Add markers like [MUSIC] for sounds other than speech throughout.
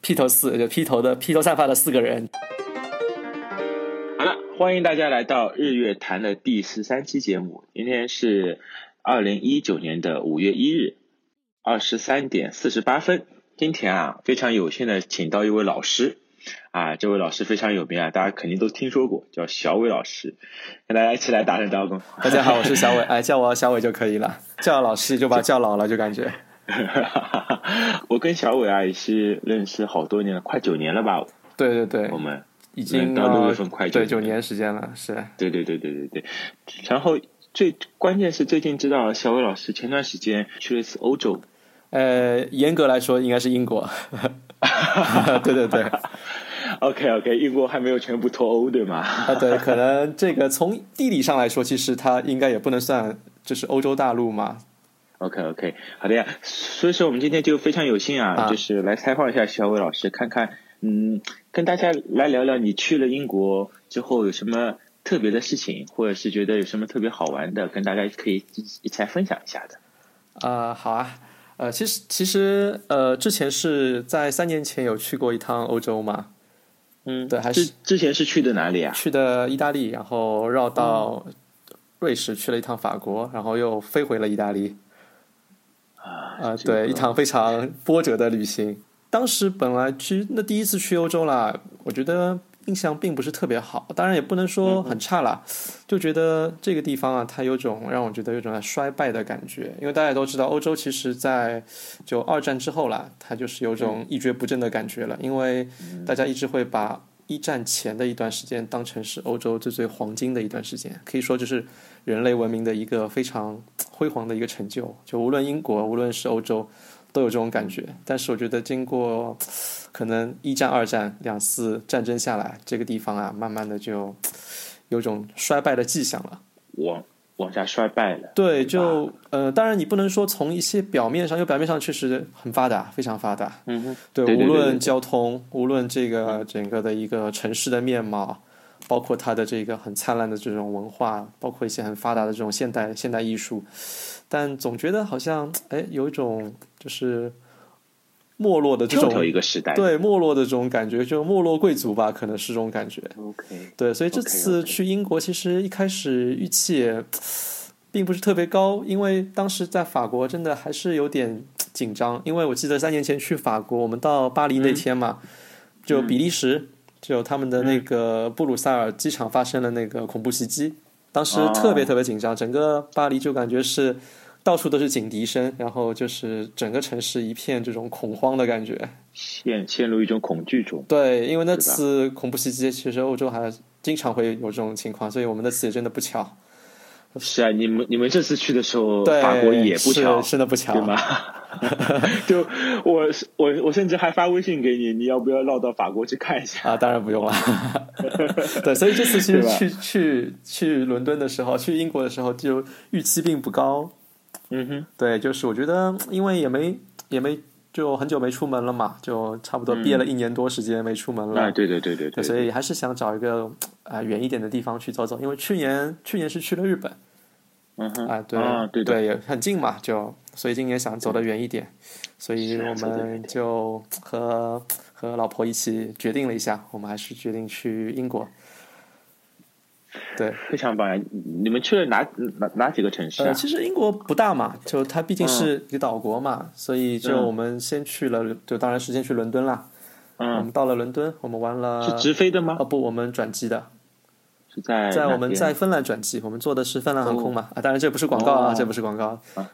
披头四就披头的披头散发的四个人。好了，欢迎大家来到日月谈的第十三期节目。今天是二零一九年的五月一日，二十三点四十八分。今天啊，非常有幸的请到一位老师啊，这位老师非常有名啊，大家肯定都听说过，叫小伟老师。跟大家一起来打声招呼。 [LAUGHS] 大家好，我是小伟，哎，叫我小伟就可以了，叫老师就把叫老了，就感觉。我跟小伟啊也是认识好多年了，快九年了吧？对对对我，们已经到六月呃份快对九九年年时间了，是对对对对对对。然后最关键是最近知道小伟老师前段时间去了一次欧洲，呃，严格来说应该是英国。 [LAUGHS] 对对对，啊 [LAUGHS] OK OK，英国还没有全部脱欧，对吗？ [LAUGHS] 对，可能这个从地理上来说，其实它应该也不能算就是欧洲大陆嘛， OK OK，好的呀。所以说我们今天就非常有幸啊，啊就是来采访一下小伟老师，看看嗯，跟大家来聊聊你去了英国之后有什么特别的事情，或者是觉得有什么特别好玩的，跟大家可以一一起来分享一下的。呃，好啊，呃，其实其实呃，之前是在三年前有去过一趟欧洲嘛，嗯，对还之是之前是去的哪里啊？去的意大利，然后绕到瑞士去了一趟法国，然后又飞回了意大利，啊呃，这个对，一趟非常波折的旅行。当时本来去那第一次去欧洲啦，我觉得印象并不是特别好，当然也不能嗯说很差啦，就觉得这个地方啊，它有种让我觉得有种衰败的感觉，因为大家也都知道，欧洲其实在就二战之后啦，它就是有嗯种一蹶不振的感觉了，因为大家一直会把一战前的一段时间当成是欧洲最最黄金的一段时间，可以说就是人类文明的一个非常辉煌的一个成就。就无论英国，无论是欧洲，都有这种感觉。但是我觉得经过可能一战、二战两次战争下来，这个地方啊，慢慢的就有种衰败的迹象了。往往下衰败了。对，吧就呃，当然你不能说从一些表面上，因为表面上确实很发达，非常发达。嗯哼，对，对对无对论对交通，无论这个整个的一个城市的面貌，包括它的这个很灿烂的这种文化，包括一些很发达的这种现代现代艺术，但总觉得好像哎有一种就是没落的这跳脱一种个时代。对没落的这种感觉，就没落贵族吧，可能是这种感觉。 ，OK，对，所以这 OK，OK 次去英国，其实一开始预期也并不是特别高，因为当时在法国真的还是有点紧张，因为我记得三年前去法国，我们到巴黎嗯那天嘛，就比利时就他们的那嗯个布鲁塞尔机场发生了那个恐怖袭击，当时特别哦特别紧张，整个巴黎就感觉是。到处都是警笛声，然后就是整个城市一片这种恐慌的感觉。陷陷入一种 [LAUGHS] 恐惧中。对，因为那是吧次恐怖袭击，其实欧洲还经常会有这种情况，所以我们那次也真的不巧。是啊，你们你们这次去的时候，对，哦法国也不巧是，真的不巧 [LAUGHS] 对。吗？就我我我甚至还发微信给你，你要不要绕到法国去看一下？啊，当然不用 [LAUGHS] 了。对，所以这次其实对吧去去去伦敦的时候，去英国的时候，就预期并不高。嗯哼，对，就是我觉得，因为也没也没就很久没出门了嘛，就差不多嗯憋了一年多时间没出门了。啊，对对对对对，对，所以还是想找一个啊、呃远一点的地方去走走，因为去年去年是去了日本。嗯哼，啊，对啊，对的，也很近嘛，就所以今年想走得远一点，所以是啊我走得远一们点就和和老婆一起决定了一下，我们还是决定去英国。对，非常棒呀！你们去了哪哪哪几个城市呃，啊？其实英国不大嘛，就它毕竟是一个岛国嘛，所以就嗯我们先去了，就当然是先去伦敦啦。我嗯，们到了伦敦，我们玩了是直飞的吗哦？不，我们转机的，是在在哪我们边在芬兰转机，我们坐的是芬兰航空嘛、啊，当然这不是广告啊，哦这不是广告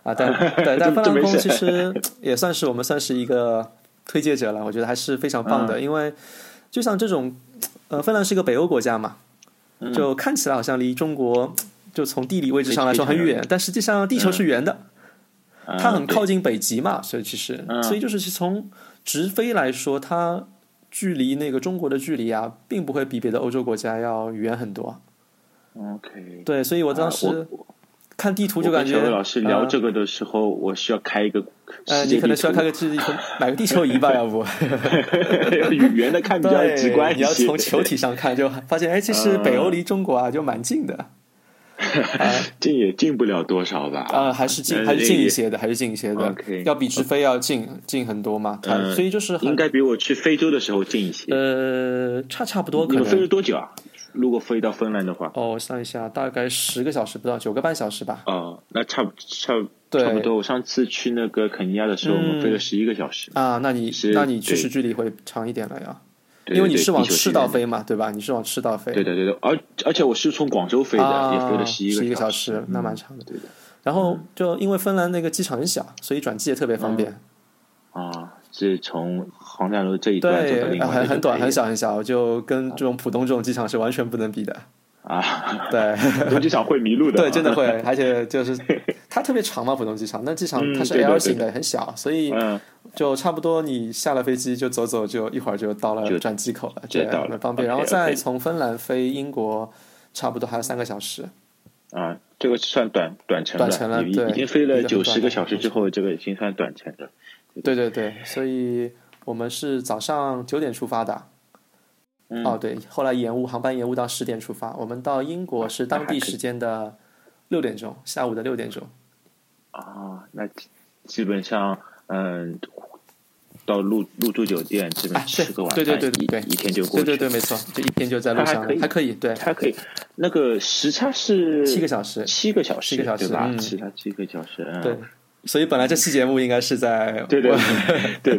啊，但 [LAUGHS] 对，但这芬兰航这没空事其实 [LAUGHS] 也算是我们算是一个推介者了，我觉得还是非常棒嗯的，因为就像这种呃，芬兰是一个北欧国家嘛，嗯就看起来好像离中国就从地理位置上来说很非常远，但实际上地球是圆的，嗯它很对靠近北极嘛，所以其实，嗯所以就是从直飞来说，它距离那个中国的距离啊，并不会比别的欧洲国家要远很多。 OK。对，所以我当啊时我看地图我就感跟觉，小伟老师聊呃这个的时候，我需要开一个呃，世你界可地能需要图开，个地 [LAUGHS] 球，买个地球仪吧，要不？ [LAUGHS] 圆的 [LAUGHS] 看比较直观一 [LAUGHS] 你要些嗯从球体上看，就发现哎，其实北欧离中国啊就蛮近的。进也进不了多少吧？啊、还是近，还是近一些的，还是近一些的 OK 要比直飞要近近很多嘛。它、嗯所以就是很应该比我去非洲的时候近一些。呃，差差不多可你们飞了能多久啊？如果飞到芬兰的话，哦，我算一下，大概十个小时不到，九个半小时吧。哦，那差不差不对差不多。我上次去那个肯尼亚的时候，嗯我们飞了十一个小时。啊，那你是那你去对世距离会长一点了呀，对因为你对是往地球赤道时间。飞嘛，对吧？你是往赤道飞，对的，对的，而而且我是从广州飞的，啊，也飞了十一个小嗯时，那蛮长的。对的然后就因为芬兰那个机场很小，所以转机也特别方便。嗯啊，是从航站楼这一段走到对，另外很很短，很小小很小，就跟这种浦东这种机场是完全不能比的。啊， [LAUGHS] 对，很多机场会迷路的啊。对，真的会，而且就是它特别长嘛，浦东机场，那机场嗯它是对的 L 对型的，很小，所以嗯，就差不多你下了飞机就走走，就一会儿就到了嗯就转机口了，直接对，到了很方便。然后 OK，OK 再从芬兰飞英国，差不多还有三个小时。啊，这个算短短程短程了已对已经飞一了个很九十短个的小时之后，这个已经算短程了。对对对，所以我们是早上九点出发的，嗯哦对，后来延误航班延误到十点出发，我们到英国是那当还地可以时间的六点钟，下午的六点钟。啊，那基基本上，嗯，到入入住酒店，基本哎，吃个晚对饭，对对对对一一天就过对去。对对，没错，就一天就在路上还了可以，还可以，对，它可以，那个时差是七个小时。七个小时，七个小时对吧？嗯时差七个小时，嗯。对，所以本来这期节目应该是在 [LAUGHS] 对对对对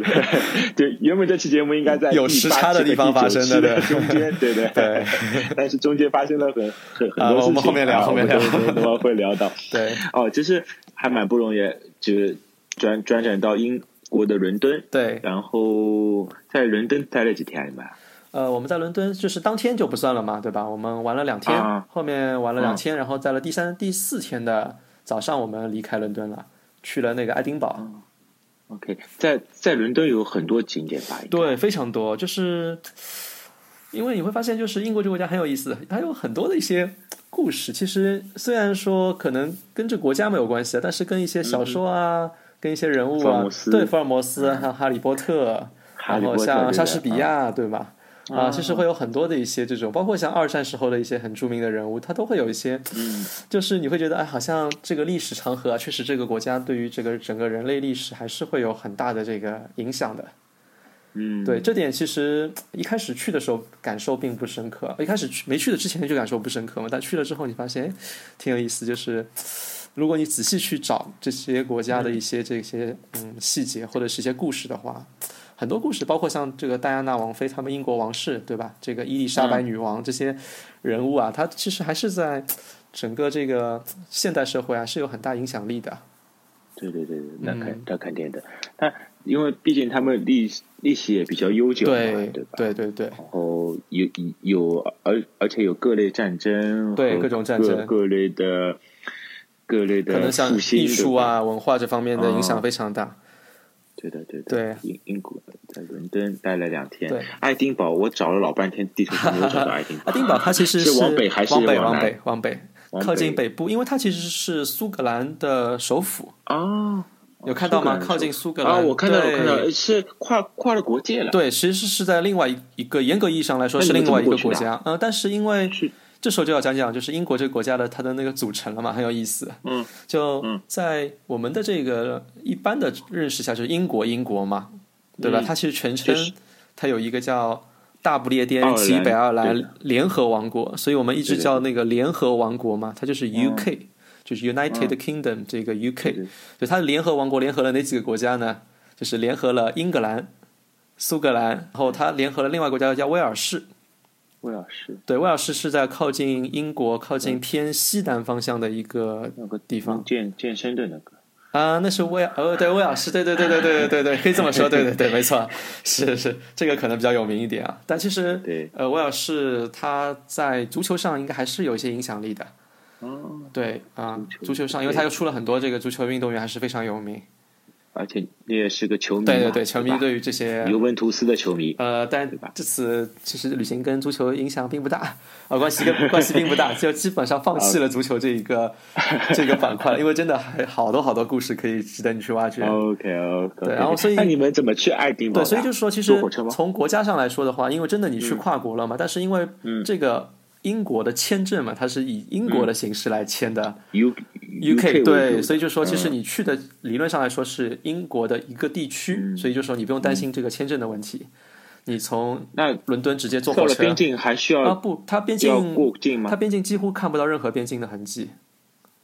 对，原本这期节目应该在有第时八差期的地方和第发九生期的对的中间，对对对， [LAUGHS] 但是中间发生了很很很啊多事情，我们后面聊啊后面我们聊都都都会聊到。对哦，就是还蛮不容易，就是转转转到英国的伦敦，对，然后在伦敦待了几天，你们？呃，我们在伦敦就是当天就不算了嘛，对吧？我们玩了两天，啊后面玩了两天，然后在了第三、第四天的早上，我们离开伦敦了，去了那个爱丁嗯堡。 OK，在在伦敦有很多景点吧？应该，对，非常多，就是因为你会发现，就是英国这个国家很有意思，还有很多的一些故事。其实虽然说可能跟这国家没有关系，啊但是跟一些小说啊，跟一些人物嗯福尔啊摩斯，嗯对，福尔摩斯，啊还有哈利波特，啊哈然利后波特像对莎的士比啊亚，对吧？啊，其实会有很多的一些这种，包括像二战时候的一些很著名的人物，他都会有一些，嗯就是你会觉得，哎，好像这个历史长河啊，确实这个国家对于这个整个人类历史还是会有很大的这个影响的。嗯，对，这点其实一开始去的时候感受并不深刻，一开始去没去的之前就感受不深刻嘛，但去了之后你发现哎挺有意思，就是如果你仔细去找这些国家的一些这些嗯细节或者是一些故事的话，很多故事，包括像这个戴安娜王妃，他们英国王室对吧？这个伊丽莎嗯白女王这些人物啊，她其实还是在整个这个现代社会啊是有很大影响力的。对对对嗯对，那肯那肯定的。那因为毕竟他们历历史也比较悠久嘛，对对吧？对对对，然后有有而而且有各类战争，对各种战争各类的各类的可能像复兴艺术，对吧啊、文化这方面的影啊响非常大。对的对的。对英英国在伦敦待了两天对，爱丁堡我找了老半天地图上没有找到爱丁堡。 [LAUGHS] 爱丁堡 [LAUGHS] 它其实是往北还是往北？往往南北，往北，往靠近北北部，因为它其实是苏格兰的首府，啊，有看到吗？苏格兰靠近苏格兰啊，我看到，我对看到，呃是跨跨了国界了。对，其实是在另外一一个严格意义上来说那你是们另外一个怎么国过去的啊家，呃，但是因为是这时候就要讲讲就是英国这个国家的它的那个组成了嘛，很有意思。嗯，就在我们的这个一般的认识下，就是英国英国嘛，对吧？嗯它其实全称就是它有一个叫大不列爱尔颠兰及北爱尔对兰联合王国，所以我们一对直对叫那个联合王国嘛，它就是 UK，、就是 United Kingdom 这个 UK，嗯就对它的联合王国联合了哪几个国家呢？就是联合了英格兰、苏格兰，然后它联合了另外一个国家叫威尔士。威尔士对，威尔士是在靠近英国、靠近偏西南方向的一个嗯那个地方健健身的那个，啊，那是威尔，呃，对，威尔士，对对对对对对对对，可以这么说，对对对，没错， [LAUGHS] 是是，这个可能比较有名一点啊。但其实，对，呃，威尔士它在足球上应该还是有一些影响力的，哦，对啊、足足球球上，因为它又出了很多这个足球运动员，还是非常有名。而且你也是个球迷嘛，对对对，球迷吧对于这些尤文图斯的球迷，呃，但对吧这次其实旅行跟足球影响并不大，呃，关系跟关系并不大，就基本上放弃了足球这一个这个板块了，因为真的还好多好多故事可以值得你去挖掘。 OK OK，对然后所以那你们怎么去爱丁对，堡的？所以就是说，其坐实火车吗？嗯从国家上来说的话，因为真的你去跨国了嘛，但是因为这个英国的签证嘛，它是以英国的形式来签的。嗯 U UK 为对，主所以就说其实嗯你去的理论上来说是英国的一个地区，嗯所以就说你不用担心这个签证的问题。你从那伦敦直接坐到火了车边境还需啊？要不，它边要境过境它吗边境几乎看不到任何边境的痕迹。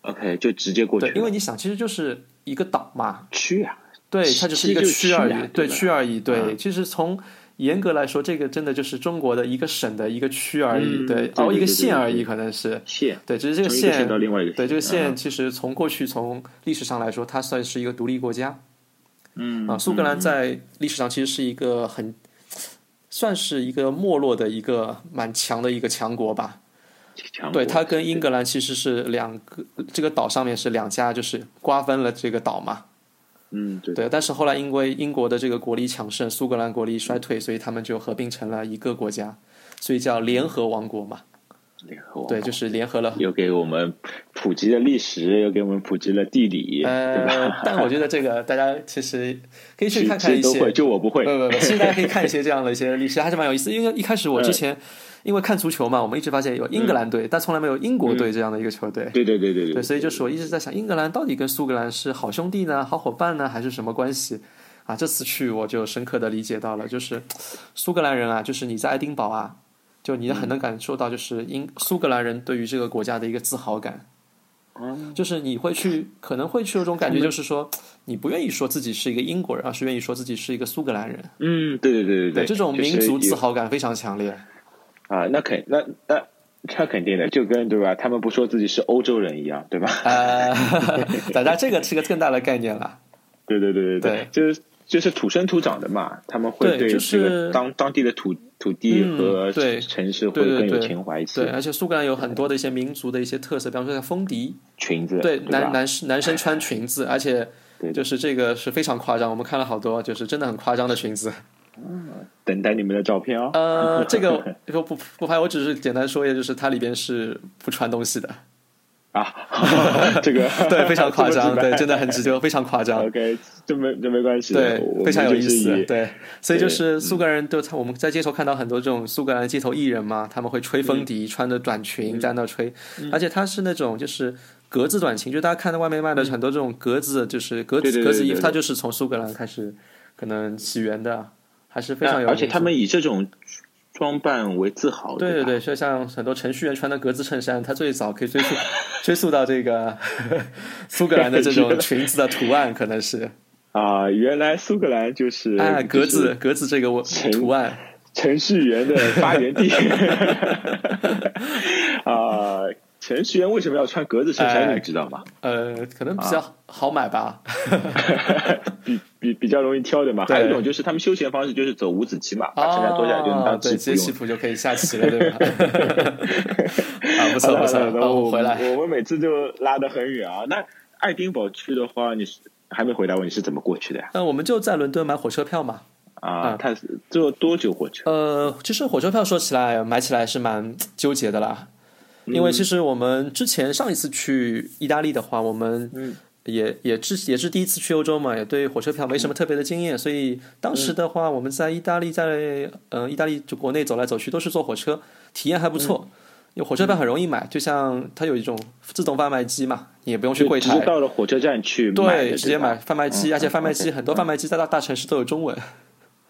？OK，就直接过去对了。，因为你想，其实就是一个岛嘛，去啊，对，其它只是一个其实就是区而区已啊，对，对吧区而已，对。嗯其实从严格来说，这个真的就是中国的一个省的一个区而已，嗯对对，对哦，一对个对县对而已，对可能是县对，只是这啊从个一个县县到另外一个县，对这个县，嗯其实从过去从历史上来说，它算是一个独立国家嗯啊。苏格兰在历史上其实是一个很，算是一个没落的一个蛮强的一个强国吧。嗯强对，国它跟英格兰其实是两个，这个岛上面是两家，就是瓜分了这个岛嘛。嗯对对，但是后来因为英国的这个国力强盛，苏格兰国力衰退，所以他们就合并成了一个国家，所以叫联合王国嘛。联合王对，国就是联合 [LAUGHS] 了又给我们普及了历史，又给我们普及了地理，对吧？呃，但我觉得这个大家其实可以去看其看实一都些，会，不就我不会。不不，其实大家 [LAUGHS] 可以看一些这样的一些历史，还是蛮有意思。因为一开始我嗯之前因为看足球嘛，我们一直发现有英格兰队，但从来没有英国嗯队这样的一个球队。对对对对对，所以就是我一直在想，英格兰到底跟苏格兰是好兄弟呢，好伙伴呢，还是什么关系？啊，这次去我就深刻的理解到了，就是苏格兰人啊，就是你在爱丁堡啊，就你很能感受到，就是英苏格兰人对于这个国家的一个自豪感。嗯就是你会去，可能会去有种感觉，就是说你不愿意说自己是一个英国人，而是愿意说自己是一个苏格兰人。嗯，对对对对这种民就是族有自豪感非常强烈。啊，那肯那那那肯定的，就跟对吧？他们不说自己是欧洲人一样，对吧？ [LAUGHS] 呃，大家这个是个更大的概念了。对对对对对就是就是土生土长的嘛，他们会对对就是这个当当地的土土地嗯和对城市会对对更有对情怀一些对，。而且苏格兰有很多的一些民族的一些特色，比方说像风笛，裙子对，吧男男士男生穿裙子，而且对就是这个是非常夸张，我们看了好多，就是真的很夸张的裙子。等待你们的照片哦。呃，这个 [LAUGHS] 不不不拍，我只是简单说一下，就是它里边是不穿东西的。 [LAUGHS] 啊， [LAUGHS] 这个对，非常夸张，这么直对，白真的很直接，非常夸 [LAUGHS] 张， OK，这没这没关系的，对我，非常有们意就是思，以对，所以就对嗯是苏格兰人，就他我们在街头看到很多这种苏格兰的街头艺人嘛，他们会嗯吹风笛，穿着短裙在那吹，而且他是那种就是。格子短裙，就大家看到外面卖的很多这种格子，就是格嗯对子对对格子衣对服，对它就是从苏格兰开始可能起源的，还是非那常有。而且他们以这种装扮为自豪，对对对吧对，就像很多程序员穿的格子衬衫，它最早可以追溯 [LAUGHS] 追溯到这个苏格兰的这种裙子的图案，可能是。啊、原来苏格兰就是哎，格就是子格子这个我谁图案，程序员的发源地啊、程序员为什么要穿格子衬衫？哎你知道吗？呃，可能比啊较好买 [LAUGHS] 吧。比比比较容易挑的嘛。对还有一种就是他们休闲方式就是走五子棋嘛，把衬衫脱下来就能哦当对，棋直接谱棋用。谱就可以下棋了， [LAUGHS] 对吧？ [LAUGHS] 啊，不好错了不好错，了那我我回来。我们每次就拉得很远啊。那爱丁堡去的话，你是还没回答我你是怎么过去的呀？那我们就在伦敦买火车票嘛。啊嗯，他是坐多久火车？呃，其实火车票说起来买起来是蛮纠结的啦，嗯因为其实我们之前上一次去意大利的话，我们嗯也也是也是第一次去欧洲嘛，也对火车票没什么嗯特别的经验，所以当时的话，我们在意大利在呃意大利就国内走来走去都是坐火车，体验还不嗯错。因为火车票很容易买，就像它有一种自动贩卖机嘛，你也不用去柜就直接台，到了火车站去买的对，直接吧买贩卖机，嗯而且贩卖机 OK，很多贩卖机在大大城市都有中文。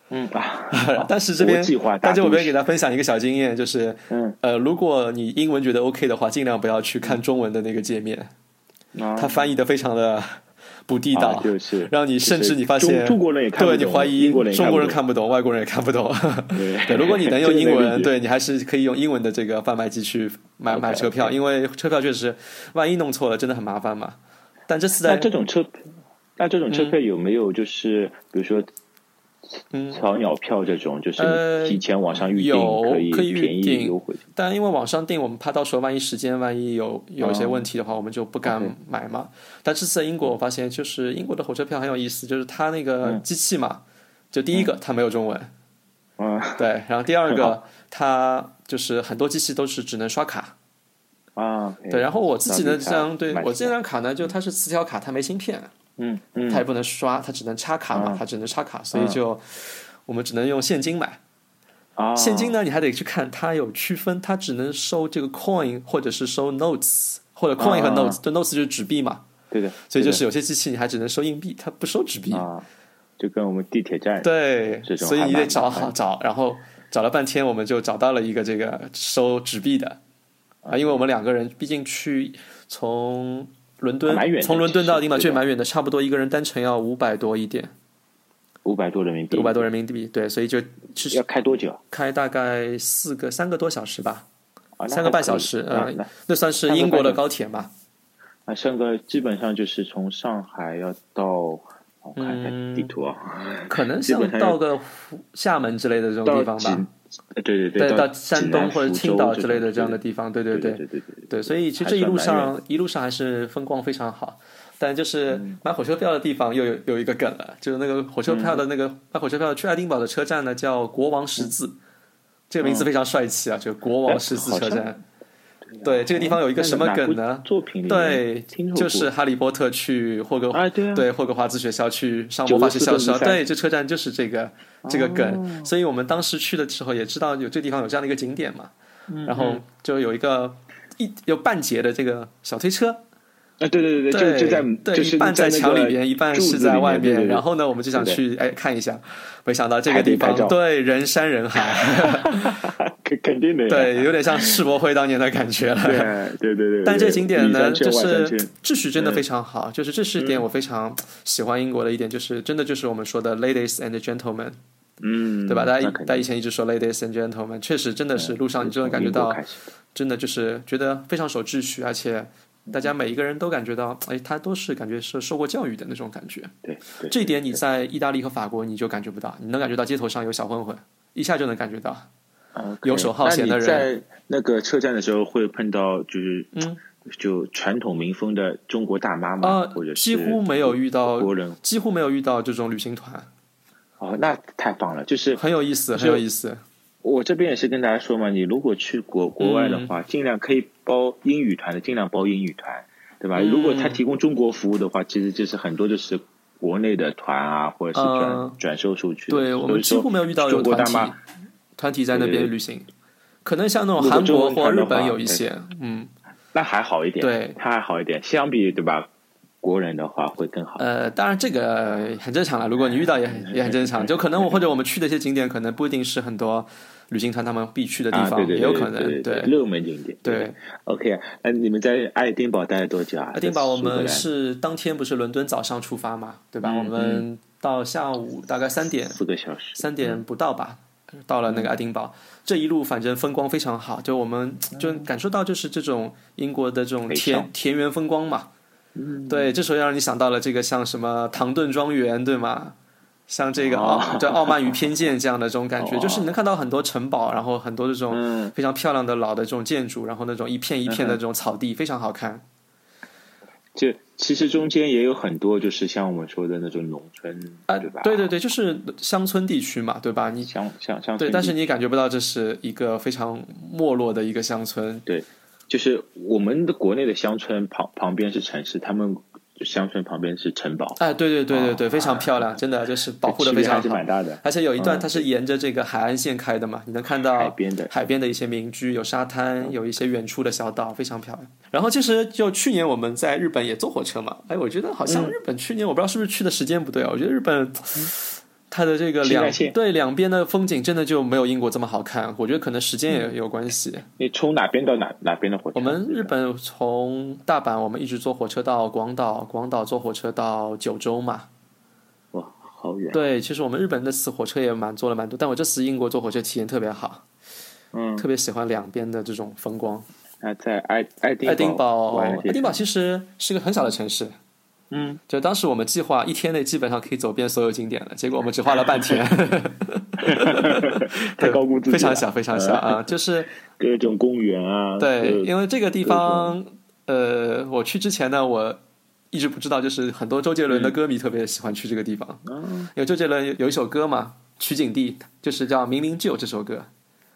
嗯啊， [LAUGHS] 但是这边国际化，大但是我都这边市给啊大家分享一个小经验，就是，嗯呃，如果你英文觉得 OK 的话，尽量不要去看中文的那个界面，啊它翻译的非常的 [LAUGHS] 不地道，啊就是让你甚至你发就是现中中国人也看不对懂你怀疑英国人也中看不懂国人看不懂，外国人也看不 [LAUGHS] 懂。对对，如果 [LAUGHS] 你能用英这个能文，理解对你还是可以用英文的这个贩卖机去买 OK，买车票，因为车票确实万一弄错了，真的很麻烦嘛。但这次那在这种车，那这种车票有没有就是、比如说嗯早鸟票这种，就是呃提前网上预定、有以可以预便定宜优惠？但因为网上订，我们怕到时候万一时间万一有有一些问题的话，我们就不哦敢买嘛。但这次在英国，我发现就是英国的火车票很有意思，就是它那嗯个机器嘛，就第一个它没有中文，啊对，然后第二很个它就是很多机器都是只能刷卡，啊，对。然后我自己的刷这卡张对买我这张卡呢，就它是磁条卡，它没芯片，嗯它也嗯，不能刷，它只能插卡嘛，它只能插卡，所以嗯就我们只能用现金买。啊，现金呢，你还得去看它有区分，它只能收这个 coin 或者是收 notes 或者 coin 和啊 notes，这 notes 就是纸币嘛，对的，所以就对是有些机器你还只能收硬币，它不收纸币的。啊，就跟我们地铁站对，这种所以还你得蛮找麻烦好找，然后找了半天，我们就找到了一个这个收纸币的啊，因为我们两个人毕竟去从伦敦还啊蛮远的从伦敦到其利实马对去的蛮远的，差不多一个人单程要五百多一点，五百多人民币，五百多人民币，对，所以就其实要开多久啊开大概四个三个多小时吧，啊？那三个半还可以小时，那嗯那，那算三是个英国半的小高铁嘛，那上个基本上就是从上海要到，我看一下嗯地图啊，可能基本像上到个湖厦门之类的这种到地方吧济，，呃对对对，到到山济南东或者福青州岛这之种类的这样的对地方，对对对。对对对对，所以其实还这一算路蛮上一路上还是风光非常好，但就是嗯买火车票的地方又有有一个梗了，就是那个火车票的嗯那个、买火车票去爱丁堡的车站呢叫国王十字，这个名字非常帅气啊，就国王十字车嗯哎好站。对，这个地方有一个什么梗呢？作品里面对听说，过就是哈利波特去霍格、啊对啊霍格华兹学校去上魔法学校的时候， 94对，这车站就是这个哦这个梗，所以我们当时去的时候也知道有这地方有这样的一个景点嘛，嗯然后就有一个一有半截的这个小推车，啊，对对对，对就就在对就是一半在在那墙个里边，一半柱是子在里外面对对对然后呢，我们就想对去哎看一下，没想到这还个得地方拍照对人山人 [LAUGHS] 海， [LAUGHS] 肯肯定的呀，对，有点像世博会当年的感觉了。对对对对。但这对个景点里呢，山圈就外山嗯是圈秩序真的非常好，就是这是一点我非常喜欢英国的一点，就是真的就是我们说的 ladies and gentlemen，嗯，对吧？大家那以肯定大家以前一直说 ladies and gentlemen，确实真的是路上你就能感觉从英到国开，始的真的就是觉得非常守秩序，而且大家每一个人都感觉到，哎，他都是感觉是受过教育的那种感觉。对对这一点你在意大利和法国你就感觉不到，你能感觉到街头上有小混混，一下就能感觉到。 OK 游手好闲的人那你在那个车站的时候会碰到就是嗯就传统民风的中国大妈吗？啊或者，是几乎没有遇到，国人？几乎没有遇到这种旅行团，哦，那太棒了！就是很有意思，很有意思。我这边也是跟大家说嘛，你如果去嗯国国外的话，尽量可以包英语团的，尽量包英语团，对吧？嗯如果他提供中国服务的话，其实就是很多就是国内的团啊，或者是转、嗯转售出去的。对我们几乎没有遇到有中国团大体妈，团体在那对对边对旅行，可能像那如种果韩中国文或团日的本话有一对些，嗯，那还好一点，对他还好一点，相比对吧？国人的话会更好。呃，当然这个很正常了。如果你遇到也很也很正常，就可能我或者我们去的一些景点，可能不一定是很多旅行团他们必去的地啊，方，对对对，也有可能。对对对热门景点。对，OK，那啊你们在爱丁堡待了多久啊？爱丁堡我在苏格们兰是当天不是伦敦早上出发嘛，对吧？嗯我们到下午大概三点四个小时，三点不到吧，到了那嗯个爱丁堡。这一路反正风光非常好，就我们嗯就感受到就是这种英国的这种北田上田园风光嘛。嗯对，这时候要让你想到了这个像什么唐顿庄园，对吗？像这个哦傲对《傲慢与偏见》这样的这种感觉，哦就是你能看到很多城堡，然后很多这嗯种非常漂亮的老的这种建筑，然后那种一片一片的这种草地，非常好看。就其实中间也有很多，就是像我们说的那种农村，啊，吧？对对对，就是乡村地区嘛，对吧？你乡乡乡村对，地但是你感觉不到这是一个非常没落的一个乡村，对，就是我们的国内的乡村旁旁边是城市，他们乡村旁边是城堡，哎，对对对对对，哦非常漂亮，真的就是保护的区非别还常是好蛮。大的。而且有一段嗯它是沿着这个海岸线开的嘛，你能看到海边的嗯海边的一些民居，有沙滩，有一些远处的小岛，非常漂亮。然后其实就去年我们在日本也坐火车嘛，哎，我觉得好像嗯日本去年我不知道是不是去的时间不对啊，我觉得日本。它的这个新干两线对两边的风景真的就没有英国这么好看，我觉得可能时间嗯也有关系。你从哪边到哪哪边的火车？我们日本从大阪，我们一直坐火车到广岛，广岛坐火车到九州嘛，哇，好远。对，其实我们日本那次火车也蛮坐了蛮多，但我这次英国坐火车体验特别好，嗯，特别喜欢两边的这种风光。那在爱爱丁爱丁堡，玩了些爱丁堡其实是个很小的城市，嗯，就当时我们计划一天内基本上可以走遍所有景点了，结果我们只花了半天，太 [LAUGHS] 高估自己了，非常小，非常小嗯啊！就是各种公园啊，对，各因为这个地方，呃，我去之前呢，我一直不知道，就是很多周杰伦的歌迷特别喜欢去这个地方，嗯因为周杰伦有有一首歌嘛，取景地就是叫《明明就》这首歌。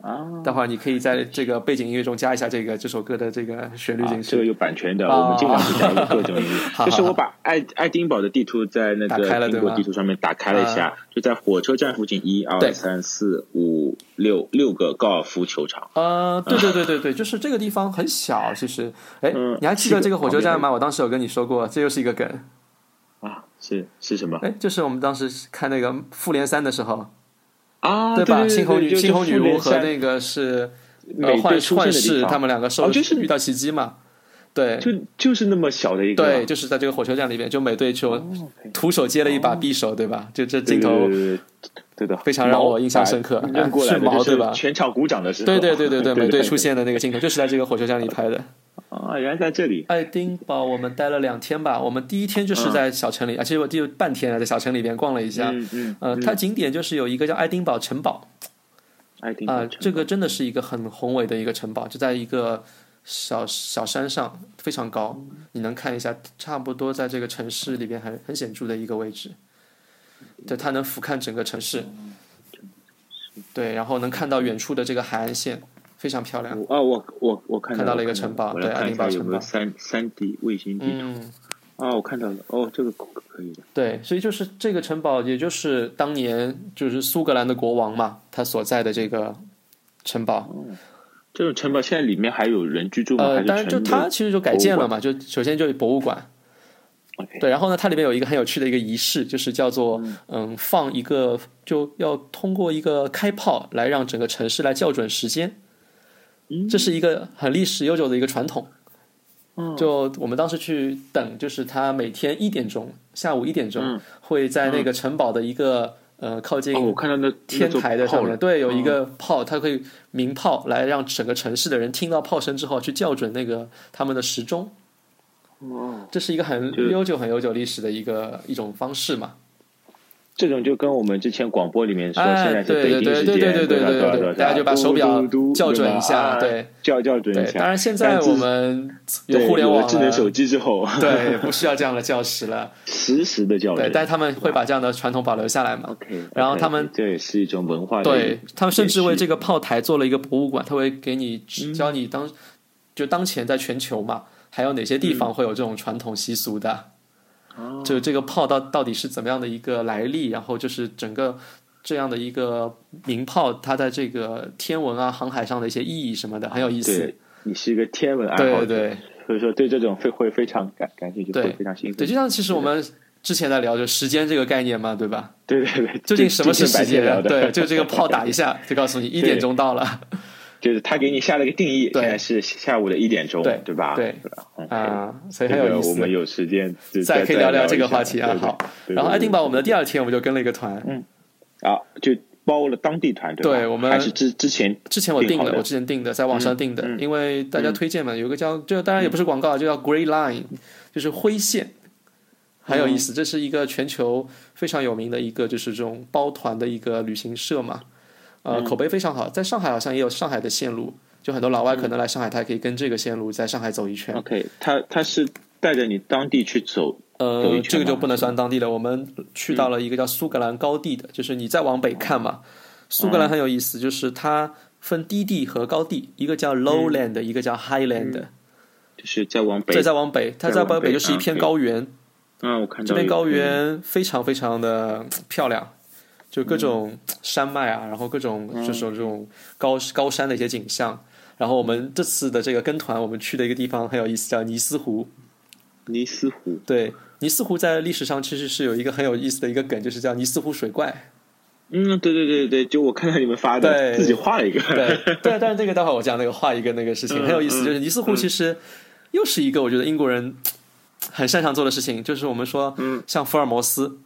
啊，待会儿你可以在这个背景音乐中加一下这个这首歌的这个旋律啊进这个去。有版权的，啊我们尽量不加入各种 [LAUGHS] 音乐。好就是我把爱爱丁堡的地图在那打开了个对苹吧果地图上面打开了一下，就在火车站附近，一对二三四五六六个高尔夫球场。呃，对对对对对，就是这个地方很小，其实，哎嗯，你还记得这个火车站是的吗？我当时有跟你说过，这又是一个梗，啊，是是什么哎，就是我们当时看那个《复联三》的时候，啊？对吧？对猩红对女就猩红女就复巫联和三那个是呃美幻队出现幻的地视，方他们两个受、哦就是遇到袭击嘛，对就就是那么小的一个，对，就是在这个火车站里面，就美队就哦，OK 徒手接了一把匕首，对吧？就这对镜头对对对对对的，非常让我印象深刻毛把扔过来 [LAUGHS] 是毛就是对吧全场鼓掌的时候，对对对对对， [LAUGHS] 对美队出现的那个镜头就是在这个火车站里拍的。啊，原来在这里，爱丁堡我们待了两天吧，我们第一天就是在小城里，而且我就半天啊，在小城里边逛了一下。嗯嗯，呃，它景点就是有一个叫爱丁堡城堡爱丁堡啊、城这个真的是一个很宏伟的一个城堡，就在一个小小山上，非常高，你能看一下，差不多在这个城市里边很很显著的一个位置。对，它能俯瞰整个城市，嗯对，然后能看到远处的这个海岸线，非常漂亮。我啊，我我我看看到到了一个我看城到了堡我对来爱丁看一下堡有城没有堡三三 D 卫星地图嗯，啊，我看到了，哦，这个可以的，对，所以就是这个城堡，也就是当年就是苏格兰的国王嘛，他所在的这个城堡。这种城堡现在里面还有人居住吗？还呃，是当然就全部它其实就改建了嘛，就首先就是博物馆。 OK 对，然后呢，它里面有一个很有趣的一个仪式，就是叫做嗯，放一个就要通过一个开炮来让整个城市来校准时间。嗯这是一个很历史悠久的一个传统。就我们当时去等，就是它每天一点钟，下午一点钟、会在那个城堡的一个呃靠近哦，我看到那天台的上面，对，有一个个炮，它可以鸣炮来让整个城市的人听到炮声之后去校准那个他们的时钟，哦，这是一个很就是悠久、很悠久历史的一个一种方式嘛。这种就跟我们之前广播里面说，现哎，在是对对北京对时对对间，对对吧对吧对，吧大家就把手表嘟嘟嘟校准一对吧下，啊对校校准一对。下。当然，现在我们有对互联有了网智能手了，机之后，对，啊不需要这样的教室了，实时的校对，准。但是他们会把这样的传统保留下来嘛。 OK，然后他们这也是一种文化的对他们甚至为延续这个炮台做了一个博物馆，他会给你嗯指教你当、就当前在全球嘛，还有哪些地方会有这种传统习俗的，嗯哦就这个炮到到底是怎么样的一个来历，然后就是整个这样的一个鸣炮，它在这个天文啊、航海上的一些意义什么的，很有意思对。你是一个天文爱对好对者，对所以说对这种会会非常感感兴趣，对会非常兴对，奋。就像其实我们之前在聊就时间这个概念嘛，对吧？对对对，究竟什么是时今天白天聊间？的对，就这个炮打一下，就告诉你一点钟到了。 [LAUGHS] 就是他给你下了个定义，对现在是下午的一点钟，对 [LAUGHS] 对吧？对吧嗯，啊，所以 [LAUGHS] 这很有个意思。我们有时间就再可以聊聊这一个下话题啊。对对好，对然后对爱丁堡，对我们的第二天我们就跟了一个团，啊，就包了当地团，吧？对我们还是之之前之前我订订好的，的我之前订的，在网上订的，嗯嗯因为大家推荐嘛，有个叫就当然也不是广告，就叫 Grey Line，就是灰线。很有意嗯思，这是一个全球非常有名的一个，就是这种包团的一个旅行社嘛，呃，嗯口碑非常好，在上海好像也有上海的线路，就很多老外可能来上海，他也可以跟这个线路在上海走一圈。 OK，他他是带着你当地去走，走呃一，圈这个就吗不能算当地了。我们去到了一个叫苏格兰高地的，就是你再往北看嘛，苏格兰嗯很有意思，就是它分低地和高地，一个叫嗯 lowland，、一个叫 highland、就是再往嗯北再。再往北，它再再往往北北就是一啊片可以高原，嗯，我看到这片有高原非常非常的漂亮，就嗯各种山脉啊，然后各种就是这种高高山的一些景象。然后我们这次的这个跟团，我们去的一个地方很有意思，叫尼斯湖。尼斯湖，对，尼斯湖在历史上其实是有一个很有意思的一个梗，就是叫尼斯湖水怪。嗯，对对对对，就我看到你们发的，对自己画了一个，对，对，但是这个待会儿我讲那个画一个那个事情很有意思，嗯就是尼斯湖其实又是一个我觉得英国人很擅长做的事情，就是我们说，嗯像福尔摩斯，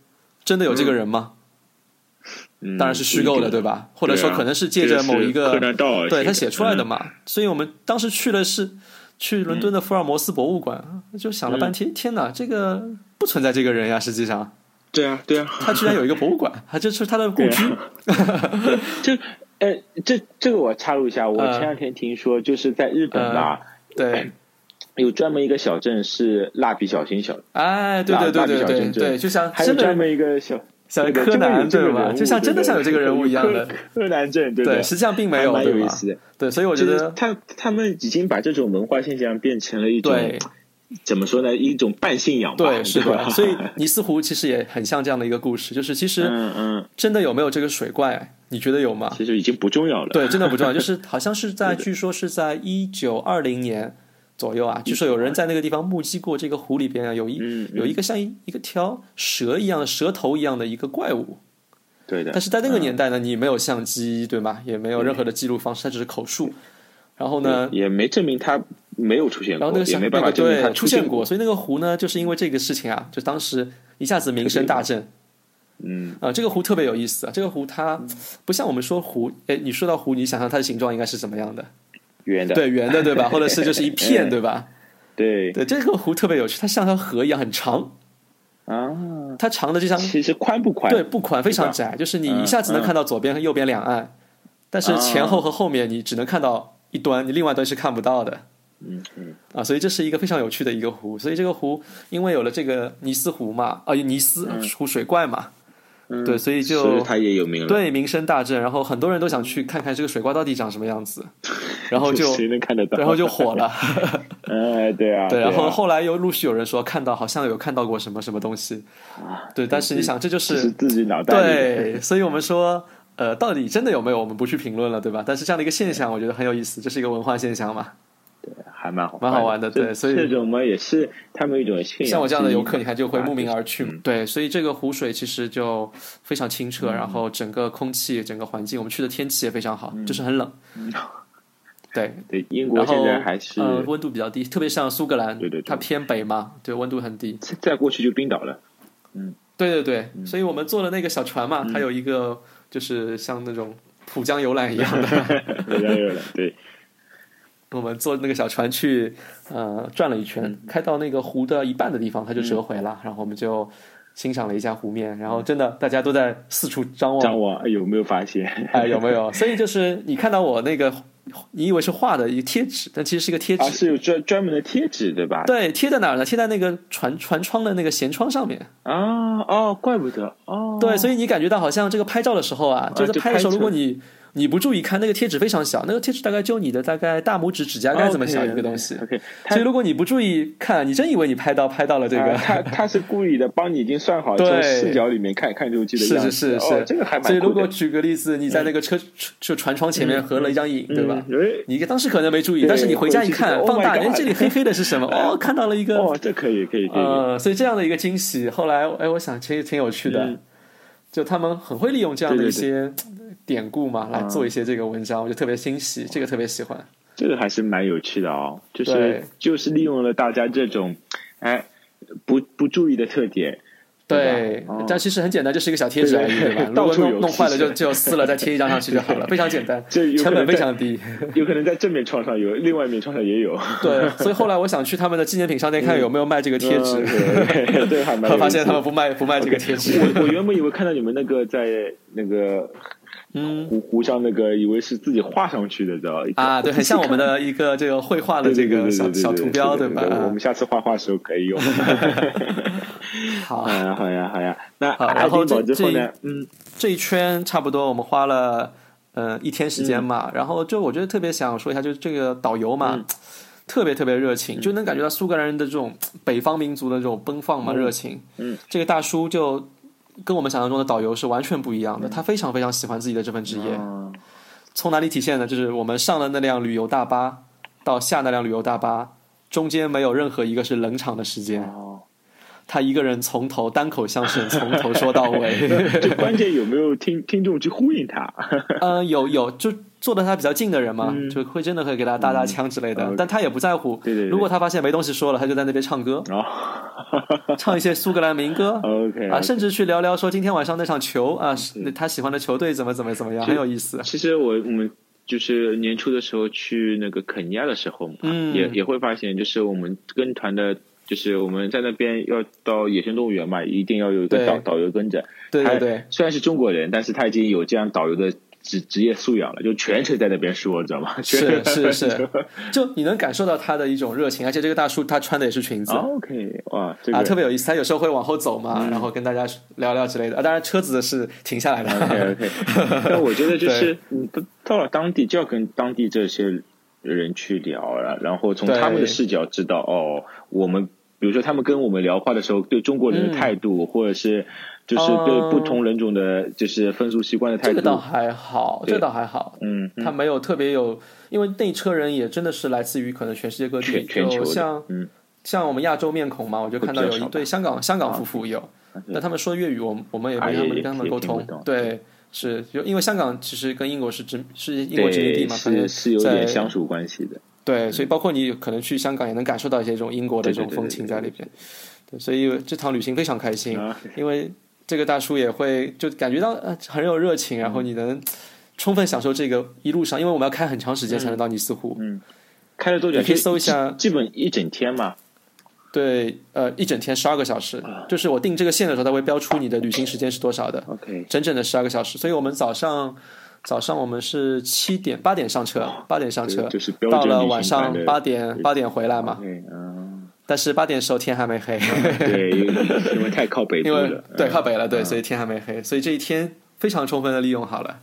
真的有这个人吗？ [LAUGHS] 嗯当然是虚构的，对？吧？或者说可能是借着某一啊这是柯个南道尔对写他的写出来的嗯嘛。所以我们当时去了是去伦敦的福尔摩斯博物馆，就想了半天，天哪，这个不存在这个人呀，实际上。对啊，对啊，他居然有一个博物馆，他这是他的故居。这呃，这这个我插入一下，我嗯前两天听说，就是在日本吧，对，啊有专门一个小镇是蜡笔小新小，哎，对对对对对对，就像还有真专的门一个小，像对的柯南就会有这对个人吧？物就像真的像有这个人物一样的，柯柯南症，对不对，实际上并没还有，蛮有对意吧？思的。对，所以我觉就是得，他他们已经把这种文化现象变成了一种对怎么说呢？一种半信仰吧，对是吧？的，所以尼斯湖其实也很像这样的一个故事，就是其实嗯嗯，真的有没有这个水怪，你觉得有吗？其实已经不重要了。对，真的不重要，就是好像是 [LAUGHS] 在，据说是在一九二零年左右啊，据说有人在那个地方目击过这个湖里边啊，有一嗯，嗯有一个像一一个条蛇一样、蛇头一样的一个怪物， [LAUGHS] 对的。但是在那个年代嗯呢，你没有相机，对吗？也没有任何的记录方式，它只是口述。嗯然后呢，也没证明他没有出现然过后那，个嗯也小没那办法个证明他对出出现现。过，所以那个湖呢，就是因为这个事情啊，就当时一下子名声大振。嗯，啊、这个湖特别有意思啊，这个湖它不像我们说湖，哎，你说到湖，你想象它的形状应该是什么样的？圆的，对，圆的， [LAUGHS] 对吧？或者是就是一片，对吧？嗯对对，这个湖特别有趣，它像条河一样很长，啊，它长的就像其实宽不嗯宽？对，不宽，非吧嗯常窄，就是你一下子能看到左边和右边两岸，但是前后和后面你只能看到一端，你另外一端是看不到的嗯嗯啊。所以这是一个非常有趣的一个湖。所以这个湖因为有了这个尼斯湖嘛，啊，尼斯湖水怪嘛，嗯，对，所以是不就是他也有名了，，对名声大振，然后很多人都想去看看这个水怪到底长什么样 [LAUGHS] 子，然后就谁能看得到？然后就火了。 [LAUGHS] 哎，对啊，对，啊然后后来又陆续有人说看到好像有看到过什么什么东西，对，但是你想这就啊这是是自己脑袋里的，对，所以我们说，呃，到底真的有没有，我们不去评论了，对吧？但是这样的一个现象，我觉得很有意思，这是一个文化现象嘛。还蛮好，蛮好玩的这对所以这种嘛也是他们一种信仰像我这样的游之客，一你看就会慕名而去嘛。对，所以这个湖水其实就非常清澈，然后整个空气、整个环境，我们去的天气也非常好，就是很 [LAUGHS] 冷。对，对英国然后现在还是呃温度比较低，特别像苏格兰，对对对它偏北嘛，对，温度很低。再过去就冰岛了， [LAUGHS] 对对对，嗯所以我们坐了那个小船嘛，它有一个就是像那种浦江游览一样的，热热了，对，我们坐那个小船去，呃，转了一圈，开到那个湖的一半的地方，它就折回嗯了。然后我们就欣赏了一下湖面，然后真的大家都在四处张望，张望哎有没有发现？ [LAUGHS] 哎，有没有？ [LAUGHS] 所以就是你看到我那个，你以为是画的一个贴纸，但其实是个贴纸。啊，是有专专门的贴纸对吧？对，贴在哪儿呢？贴在那个船船窗的那个舷窗上面。啊，哦，怪不得哦，对，所以你感觉到好像这个拍照的时候啊，就啊是就拍的时候，拍如果你你不注意看，那个贴纸非常小，那个贴纸大概就你的大概大拇指指甲盖这么小一个东西。 OK，所以如果你不注意看，你真以为你拍到拍到了这个。 [LAUGHS] 他他是故意的，帮你已经算好对从视角里面看看出去的是样子。是是哦是，这个还蛮所以酷如果的。举个例子，你在那个车就船窗前面合了一张影，对吧？嗯你当时可能没注意，对但是你回家一回去看，就 Oh 放 my 大， God 哎，这里黑黑的是什 [LAUGHS] 么？哦，看到了一哎，个，哦，这可以可以可以。呃，所以这样的一个惊喜，后来哎，我想其实挺有趣的嗯，就他们很会利用这样的对一对对些典故嘛，来做一些这个文章，我就特别欣喜，这个特别喜欢。这个还是蛮有趣的哦，就是对就是利用了大家这种，哎，不不注意的特点，对吧哦，但其实很简单，就是一个小贴纸而已，对对吧？到如果处有弄弄坏了其实就就撕了，再贴一张上去就好了，非常简单，这有可成能本非在常低。有可能在正面窗上有，另外一面窗上也有。对，所以后来我想去他们的纪念品商店看有没有卖这个 [LAUGHS] 贴纸，嗯，对，还蛮有意思的。发现他们不卖不卖这个贴纸。我我原本以为看到你们那个在那个嗯湖湖上那个，以为是自己画上去的，知道吧？啊，对，很像我们的一个这个绘画的这个小小图标，对对吧？我啊们下次画画的时候可以 [LAUGHS] 用。好好，呀，好呀，好呀。那好爱然后丁堡这之后呢？嗯，这一圈差不多我们花了呃一天时间嗯嘛，然后就我觉得特别想说一下，就是这个导游嘛。特别特别热嗯情，就能感觉到苏格兰人的这种北方民族的这种奔放嘛、热情。嗯，这个大叔就跟我们想象中的导游是完全不一样的，他非常非常喜欢自己的这份职业。嗯从哪里体现呢？就是我们上了那辆旅游大巴，到下那辆旅游大巴，中间没有任何一个是冷场的时间。哦，他一个人从头单口相声，从头说到 [LAUGHS] 尾。就关键有没有听 [LAUGHS] 听众去呼应他？ [LAUGHS] 嗯，有有，就坐得他比较近的人嘛，就会真的会给他搭搭腔之类的。嗯但他也不在乎。对对对如果他发现没东西说了，他就在那边唱 [LAUGHS] 歌，哦 [LAUGHS] 唱一些苏格兰民歌。 [LAUGHS] ，OK 嗯啊，甚至去聊聊说今天晚上那场球啊，是他喜欢的球队怎么怎么怎么样，很有意 [LAUGHS] 思。其实我我们就是年初的时候去那个肯尼亚的时候，嗯也也会发现，就是我们跟团的，就是我们在那边要到野生动物园嘛，一定要有一个对导导游跟着。对对他对，虽然是中国人，但是他已经有这样导游的职职业素养了，就全程在那边说，你知道吗？全程在那边是是 [LAUGHS] 说就你能感受到他的一种热情，而且这个大叔他穿的也是裙子。哦 OK，哇，这个、啊，特别有意思。他有时候会往后走嘛，嗯然后跟大家聊聊之类的。啊，当然车子是停下来的。 OK [LAUGHS] OK，但我觉得就是你不到了当地就要跟当地这些人去聊了，然后从对他们的视角知道哦，我们比如说他们跟我们聊话的时候对中国人的态度，或者是就是对嗯不同人种的就是风俗习惯的态 [LAUGHS] 这度，个倒还好，对这个倒还好。嗯，嗯他没有特别有，因为那一车人也真的是来自于可能全世界各地，全全就球的像嗯，啊像我们亚洲面孔嘛，我就看到会比较有一少吧对香港香港夫妇有，啊对那他们说粤语，我们我们也啊没他也们跟他们也沟听不通懂，啊对，是就因为香港其实跟英国是殖是英国殖民地对，嘛，反正是是有在点相处关系的，对，所以包括你可能去香港也能感受到一些这种英国的这种风情在里边。对，所以这场旅行非常开心，啊 [LAUGHS] 因为这个大叔也会就感觉到呃很有热情，然后你能充分享受这个一路上，因为我们要开很长时间才能到尼斯嗯湖。开了多久？你可以就搜一下基基本一整天嘛。对，呃，一整天十二个小时，啊就是我定这个线的时候，它会标出你的旅行时间是多少的， OK，整整的十二个小时。所以我们早上早上我们是七点八点上车，八点上车啊就，是标准到了旅晚行团上的八点八点回来嘛。 OK，嗯， [LAUGHS] 但是八点的时候天还没黑，对，因为因为太靠北部因为了，对嗯靠北了，对，所以天还没黑，所以这一天非常充分的利用好了。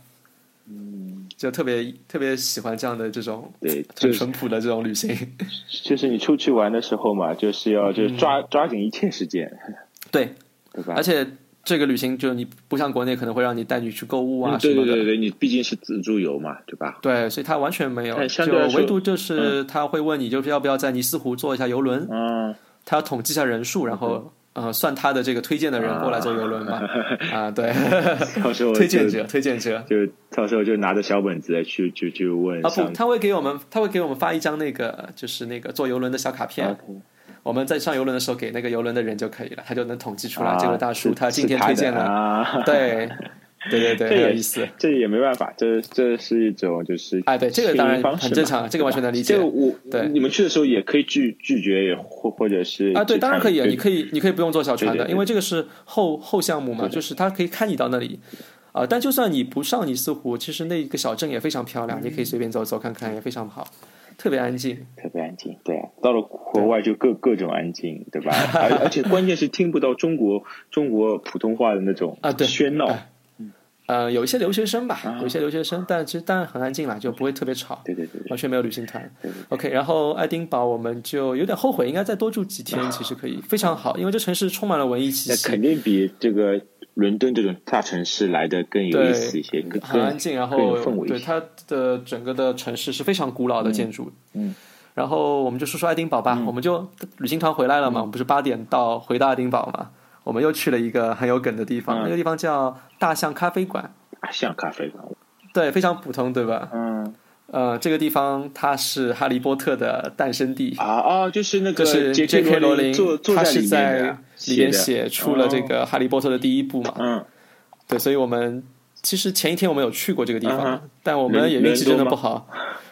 嗯，就特别特别喜欢这样的这种 [LAUGHS] 对，很就是淳朴的这种旅行。嗯就是你出去玩的时候嘛，就是嗯要就是抓、抓紧一切时间，对，对吧？而且这个旅行就你不像国内可能会让你带你去购物啊 [LAUGHS] 嗯什对么对的，对对，你毕竟是自助游嘛，对吧？对，所以他完全没有，但哎相就对来说唯独就是他会问你，就是要不要在尼斯湖坐一下游轮，嗯，他要统计一下人数，然后呃算他的这个推荐的人过来坐游轮嘛，啊对， [LAUGHS] 到时候推荐就者推荐者。就到时候就拿着小本子去去去问啊不，上他会给我们，他会给我们发一张那个，就是那个坐游轮的小卡片。我们在上游轮的时候给那个游轮的人就可以了，他就能统计出来、啊这位大叔是他今天是推荐的了。啊， [LAUGHS] 对，对对对，这很有也意思。这也没办法，这这是一种就是哎，对，这个当经然营方式很嘛正常，这个完全能理解这个我对你们去的时候也可以拒拒绝，也或或者是啊。对，当然可以啊，对你可以你可以不用坐小船对的，对对因为这个是后后项目嘛，就是他可以看你到那里。啊、但就算你不上尼斯湖，其实那一个小镇也非常漂亮，嗯你可以随便走走看看，也非常好，特别安静。特别安静，对啊，到了国外就各各种安静，对 [LAUGHS] 吧？而而且关键是听不到中国中国普通话的那种啊对喧闹，哎呃，有一些留学生吧，啊有一些留学生，但其实当然很安静啦，就不会特别吵，对对对对完全没有旅行团。OK，然后爱丁堡我们就有点后悔，应该再多住几天，其实可以非常好，因为这城市充满了文艺气啊那息，肯定比这个伦敦这种大城市来的更有意思一些，更很安更静，然更有后氛围一对些。它的整个的城市是非常古老的建筑。嗯然后我们就说说爱丁堡吧，我们就旅行团回来了嗯嘛，我们不是八点到回到爱丁堡嘛，我们又去了一个很有梗的地方，嗯那个地方叫大象咖啡馆，啊像咖啡馆，对，非常普通，对吧？嗯呃，这个地方它是《哈利波特》的诞生地，啊啊，就是那就个是 J.K. J.K. 罗琳坐坐他在是里面在的哦里面的写出了这个《哈利波特》的第一部嘛。嗯，对，所以我们其实前一天我们有去过这个地嗯方哼，但我们人也运气真人多的吗不好。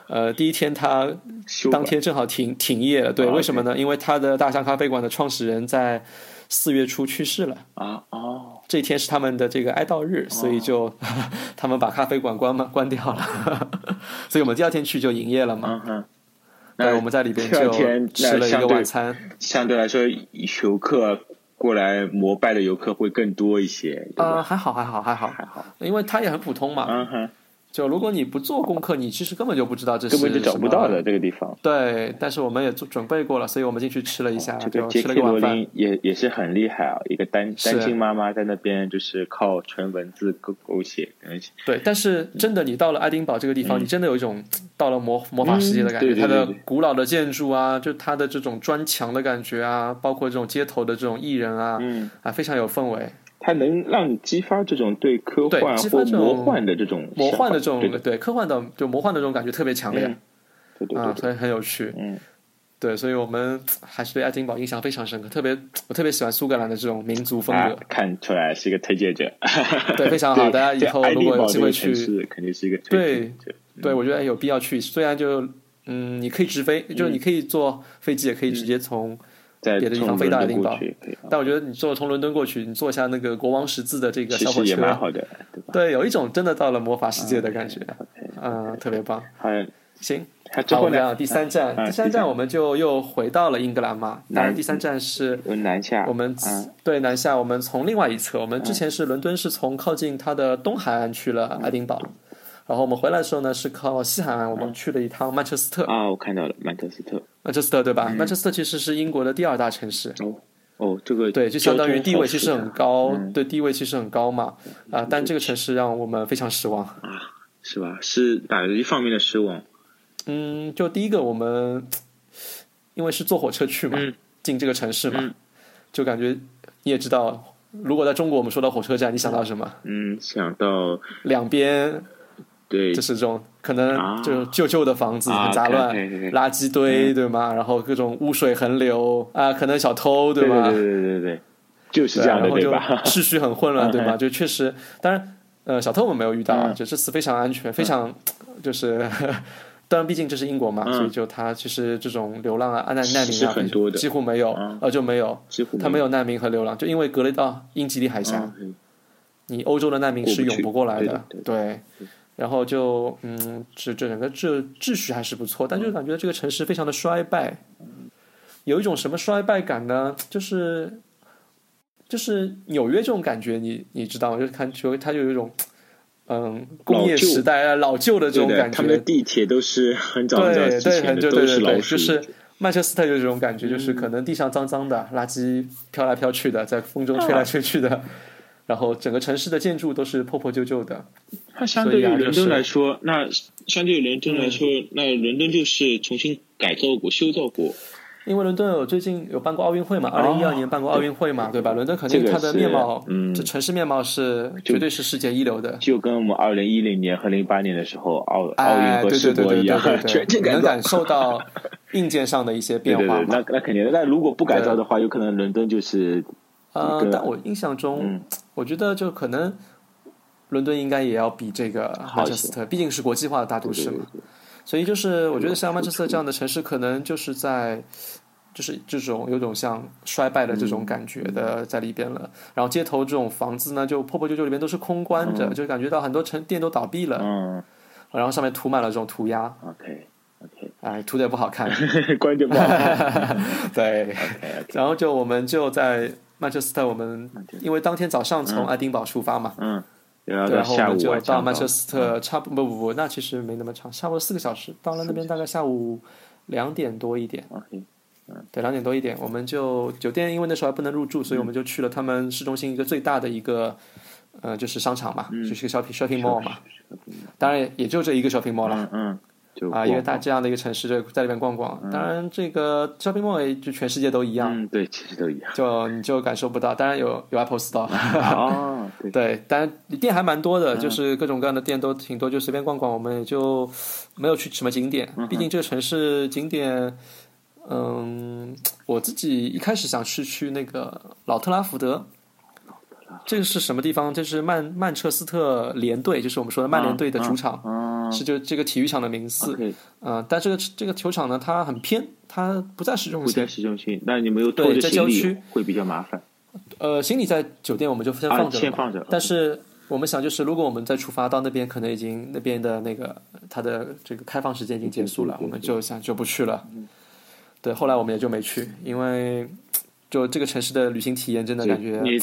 呃，第一天他修当馆天正好停停业了，对，啊为什么呢？因为他的大象咖啡馆的创始人在四月初去世了，啊哦，这一天是他们的这个哀悼日，所以就、 [LAUGHS] 他们把咖啡馆关门关掉了， [LAUGHS] 所以我们第二天去就营业了嘛。嗯哼，对，那我们在里边第二天就吃那了一相个对晚餐，相对来说游客过来膜拜的游客会更多一些，对啊、吧？还好还好还好，还好，因为它也很普通嘛。嗯哼。就如果你不做功课，你其实根本就不知道这是根本就找不到什么。的这个地方。对，但是我们也做准备过了，所以我们进去吃了一下，哦这个就吃了个 J.K. 罗晚饭。琳也也是很厉害啊，一个单是单亲妈妈在那边就是靠纯文字勾勾写，嗯对，但是真的，你到了爱丁堡这个地方，你真的有一种到了魔魔法世界的感觉。嗯对对它的对对古老的建筑啊，就它的这种砖墙的感觉啊，包括这种街头的这种艺人啊，嗯，啊，非常有氛围。它能让你激发这种对科对幻激发或这种魔幻的这种魔幻的这想种法对科幻的就魔幻的这种感觉特别强嗯烈、对对对啊，对对，所以很有趣。嗯，对，所以我们还是对爱丁堡印象非常深刻，特别我特别喜欢苏格兰的这种民族风啊格，，看出来是一个推荐者，对，非常好。对大家以对后爱如丁果有堡机这会个城去，市嗯肯定是一个推荐者，对我觉得有必要去。虽然就嗯，你可以直飞，就是你可以坐飞机，也可以嗯直接从，在别的地从方飞到伦敦爱丁堡过去也可以啊但我觉得你坐从伦敦过去，你坐一下那个国王十字的这个其小火实也车蛮啊、好的，对吧吧？对，有一种真的到了魔法世界的感觉，嗯，特别棒。好，行，它之好，我后们呢讲？第三站，啊第三站我们就又回到了英格兰嘛，当然第三站是有南下，我们嗯对南下，我们从另外一侧，我们之前是伦敦是从靠近它的东海岸去嗯了爱丁堡，然后我们回来的时候呢是靠西海岸，我嗯们去了一趟曼彻斯特，啊，我看到了曼彻斯特。曼彻斯特对嗯吧？曼彻斯特其实是英国的第二大城市，哦哦，这个对，就相当于地位其实交很通高，对地位其实很高嘛，嗯啊，但这个城市让我们非常失望。是吧？是哪一方面的失望？嗯，就第一个我们因为是坐火车去嘛，嗯进这个城市嘛，就感觉你也知道，如果在中国我们说到火车站，你想到什么？嗯，想到两边对就是这种可啊能就是旧旧的房子、啊很杂乱，对对对嗯垃圾堆、对吗？然后各种污水横流啊、可能小偷对吧？对对对对对，就是对啊这样然的后对就吧？秩序很混乱，对吧？就确实，当然，呃，小偷我们没有遇到啊，嗯就这次非常安全，非常就是 [LAUGHS] 当然，毕竟这是英国嘛，嗯所以就他其实这种流浪啊、难难是民是啊，很多的几乎没有嗯，呃，就没有，几乎他没有有难民和流浪，就因为隔了一道英吉利海峡，嗯嗯你欧洲的难民是涌不过来过的不去，对。然后就嗯，这这整个秩秩序还是不错，但嗯就感觉这个城市非常的衰败，有一种什么衰败感呢？就是就是纽约这种感觉，你你知道吗？就是看就它就有一种嗯工业老旧时代啊老旧的这对种的，感他们的觉，地铁都是很早很早对之对，前很的，久都对对是老对，鼠，就是曼彻斯特有这种感觉，就是可能地上脏脏的，垃圾飘来飘去的，在风中吹来吹去嗯的，然后整个城市的建筑都是破破旧旧的。它相对于所以啊就伦敦是嗯来说，那相对于伦敦来说，那伦敦就是重新改造过、修造过。因为伦敦有最近有办过奥运会嘛，哦二零一二年办过奥运会嘛，对吧？伦敦肯定它的面貌，这个是嗯这城市面貌是就绝对是世界一流的。就跟我们二零一零年和零八年的时候奥奥哎，运和对对世对博对一样，对对 [LAUGHS] 全对，境你改能造感。受到硬件上的一些对变对化对，嘛那？那肯定的。那如果不改造的话，有可能伦敦就是呃对，但我印象中嗯，我觉得就可能伦敦应该也要比这个好曼一彻些斯特，毕竟是国际化的大都对市对嘛。所以就是我觉得像突曼彻斯特出这样的城市，可能就是在就是这种有种像衰败的这嗯种感觉的在里边了。然后街头这种房子呢，就破破旧旧，里面都是空关着，就感觉到很多城店都倒闭了，嗯然后上面涂满了这种涂鸦， ，OK [LAUGHS] 哎，涂的也不好看。 OK，关键不好。 [LAUGHS] 对， OK，然后就我们就在曼彻斯特，我们因为当天早上从爱丁堡出发嘛，嗯，然后对，到然后我下们午就晚到上曼彻斯特，差不不不不，那其实没那么长，差不多四个小时。到了那边大概下午两点多一点， OK，对，两点多一点，我们就酒店，因为那时候还不能入住，所以我们就去了他们市中心一个最大的一个，呃，就是商场嘛，就是一个 shopping shopping mall 嘛。当然也也就这一个 shopping mall 了嗯嗯，就啊，逛因为大这样的一个城市，就在里面逛逛。当然，这个 shopping mall 也就全世界都一样，嗯，对，其实都一样。就你就感受不到。当然有有 Apple Store， [LAUGHS] 哦，对，对，但店还蛮多的，就是各种各样的店都挺多，就随便逛逛。我们也就没有去什么景点，嗯毕竟这个城市景点，嗯，我自己一开始想去去那个老特拉福德。这个是什么地方？这是曼曼彻斯特联队，就是我们说的曼联队的主场，嗯是就这个体育场的名字。 ，OK，嗯、但这个这个球场呢，它很偏，它不在市中不心在，市中心，那你们又拖对着在郊行李区会比较麻烦。呃，行李在酒店我们就先啊放着、先放着但是我们想，就是如果我们再出发到那边，可能已经那边的那个它的这个开放时间已经结嗯束了，我们就想就不去了。对，后来我们也就没去，因为嗯就这个城市的旅行体验真的感觉，你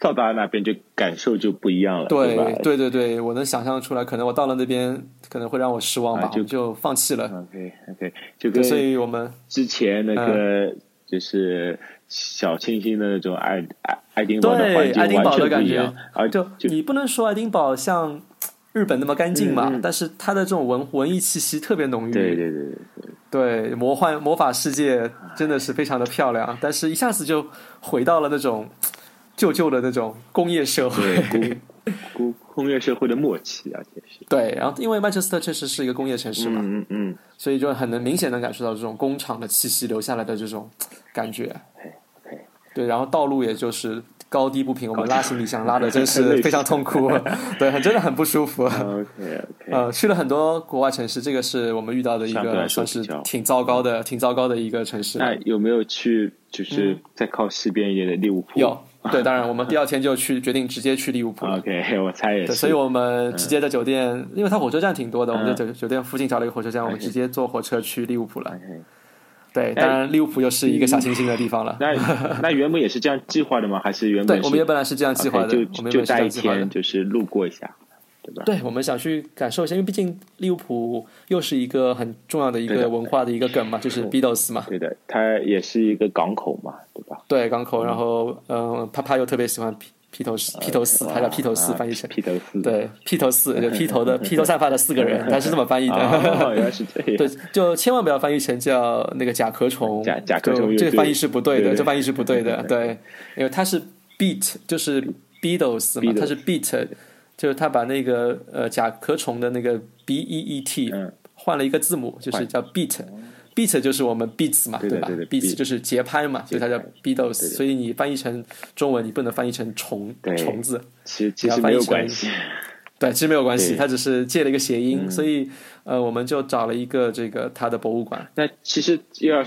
到达那边就感受就不一样了，对吧？对对对，我能想象出来，可能我到了那边可能会让我失望吧，啊就我们就放弃了。 OK OK，就对，跟所以我嗯们之前那个就是小清新的那种爱爱爱丁堡的环对境爱丁完堡的全不感一觉样，，而就你不能说爱丁堡像日本那么干净嘛，嗯嗯但是它的这种文文艺气息特别浓郁，对对对对，对魔幻魔法世界真的是非常的漂亮，但是一下子就回到了那种旧旧的那种工业社会。对工工工业社会的末期，而且是， [LAUGHS] 对，然后因为曼彻斯特确实是一个工业城市嘛，嗯嗯嗯所以就很能明显的感受到这种工厂的气息留下来的这种感觉。 ，OK，对，然后道路也就是高低不平，我们拉行李箱 [LAUGHS] 拉的真是非常痛苦，对，很真的很不舒服。嗯 OK OK，呃，去了很多国外城市，这个是我们遇到的一相对来个说算比是较挺糟糕的、挺糟糕的一个城市。 [LAUGHS] 那有没有去就是再靠西边一点的利物嗯浦？有对，当然我们第二天就去决定直接去利物浦了。 OK，我猜也对，啊是。所以我们直接在酒店，因为它火车站挺多的，我们在嗯哎酒酒店附近找了一个火车站，我们 OK 直接坐火车去利物浦了。 OK 对，当然利物浦又是一个小清新的地方了。[LAUGHS] 哎那那原本也是这样计划的吗？还是原本对，是我们原本来是这样计划的 OK，，我就们原就本是这待一样计划的天，。就是路过一下，对吧？对，我们想去感受一下，因为毕竟利物浦又是一个很重要的一对个的文化的一个梗嘛，就是 Beatles 嘛。对的，它也是一个港口嘛，对吧？对，港口，然后嗯，啪啪又特别喜欢披披头士，披头四，他叫披头四，啊翻译成披头 [LAUGHS] 四，对披头四，就披头 [LAUGHS] 的披头散发的四个人，他是这么翻译哦，的。原来是这 [LAUGHS] 样。对，就千万不要翻译成叫那个甲壳虫，甲甲壳虫就乐这队个翻译是不对对的，对这翻译是不对 [LAUGHS] 的，对，因为它是 beat，就是 Beatles 嘛 Beatles，，它是 beat，就是他把那个呃甲壳虫的那个 b e e t 嗯换了一个字母，就是叫 beat。beat 就是我们 beats 嘛，对的吧对的？beats beat 就是节拍嘛，所以它叫 Beatles。对的所以你翻译成中文，你不能翻译成虫对虫子，其实其实没有关系，对，其实没有关系，对它只是借了一个谐音，嗯所以呃，我们就找了一个这个它的博物馆。那其实要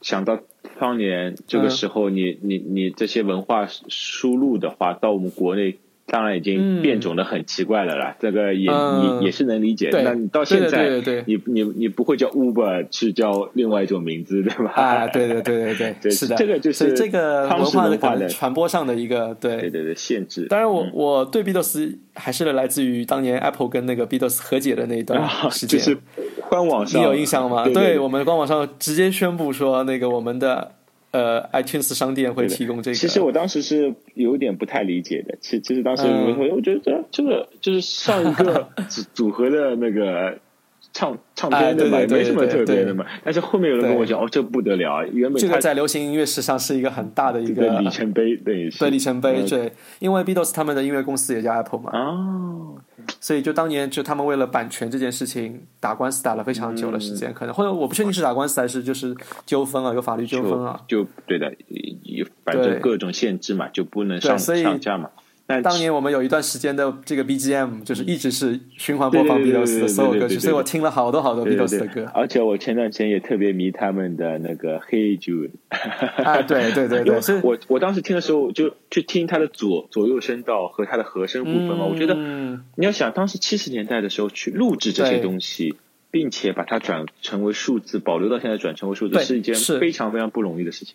想到当年这个时候你，你你这些文化输入的话，到我们国内当然已经变种的很奇怪了啦，这个也、嗯也也是能理解。对那你到现在，对对对对你你你不会叫 Uber，去叫另外一种名字，对吧？啊，对对对对对是的，这个就是所以这个当文时化文化可能的传播上的一个对嗯对。对对，限制。当然我，我对 Beatles 还是来自于当年 Apple 跟那个 Beatles 和解的那一段啊，时 [LAUGHS] 就间，是官网你上有印象吗？对我们官网上直接宣布说，那个我们的呃 iTunes 商店会对的提供这个。其实我当时是有点不太理解的，其其实当时嗯我我觉得这个就是上 [LAUGHS] 一个组组合的那个唱唱片的嘛，哎对对对没什么特别的嘛。但是后面有人跟我对讲，哦，这不得了，原本这它个在流行音乐史上是一个很大的一这个个里程碑等于是对里程碑，嗯对，因为 Beatles 他们的音乐公司也叫 Apple 嘛，哦，所以就当年就他们为了版权这件事情打官司打了非常久的时嗯间，可能或者我不确定是打官司还是就是纠纷啊，有法律纠纷啊。就就对的，有反对正各种限制嘛，就不能对上所以上架嘛。但当年我们有一段时间的这个 BGM 就是一直是循环播放对对对 Beatles 对对的所有歌对对曲，对所以我听了好多好多对对 Beatles 对的歌，而且我前段时间也特别迷他们的那个《Hey Jude》。啊，对对对因为对，所以我我当时听的时候，就去听他的左左右声道和他的和声部分嘛，我觉得嗯你要想，当时七十年代的时候去录制这些对东西，并且把它转成为数字，保留到现在转成为数字，对是一件是非常非常不容易的事情。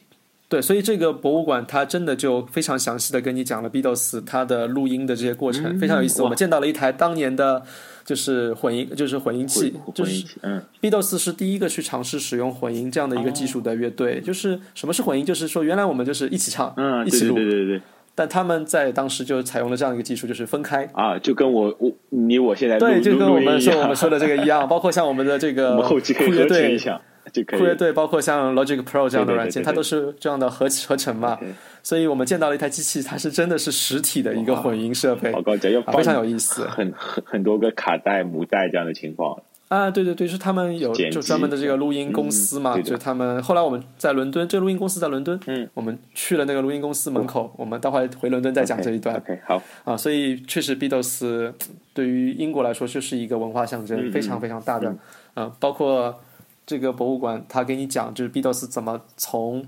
对，所以这个博物馆它真的就非常详细的跟你讲了 Beatles 它的录音的这些过程，非常有意思。嗯哇我们见到了一台当年的，就是混音，就是混音器，混就混一是起，嗯， Beatles 是第一个去尝试使用混音这样的一个技术的乐队。就是什么是混音？就是说原来我们就是一起唱，嗯，一对起对录，对对对，但他们在当时就采用了这样一个技术，就是分开。啊，就跟我我你我现在录对，就录跟录我音们一说样我们说的这个一 [LAUGHS] 样，包括像我们的这我个们后期可以酷合乐成一队，下就可以酷乐队包括像 Logic Pro 这样的软件，对对对对对它都是这样的合合成嘛。 OK 所以我们见到了一台机器，它是真的是实体的一个混音设备好，高级，要啊放非常有意思很很很多个卡带、母带这样的情况。啊！对对对，是他们有剪辑就专门的这个录音公司嘛，嗯对的就他们后来我们在伦敦，这个录音公司在伦敦，嗯，哦我们去了那个录音公司门口，我们待会儿回伦敦再讲这一段 OK，好，啊。所以确实，Beatles 对于英国来说就是一个文化象征，嗯非常非常大的，嗯、包括这个博物馆，他给你讲就是 Beatles 怎么从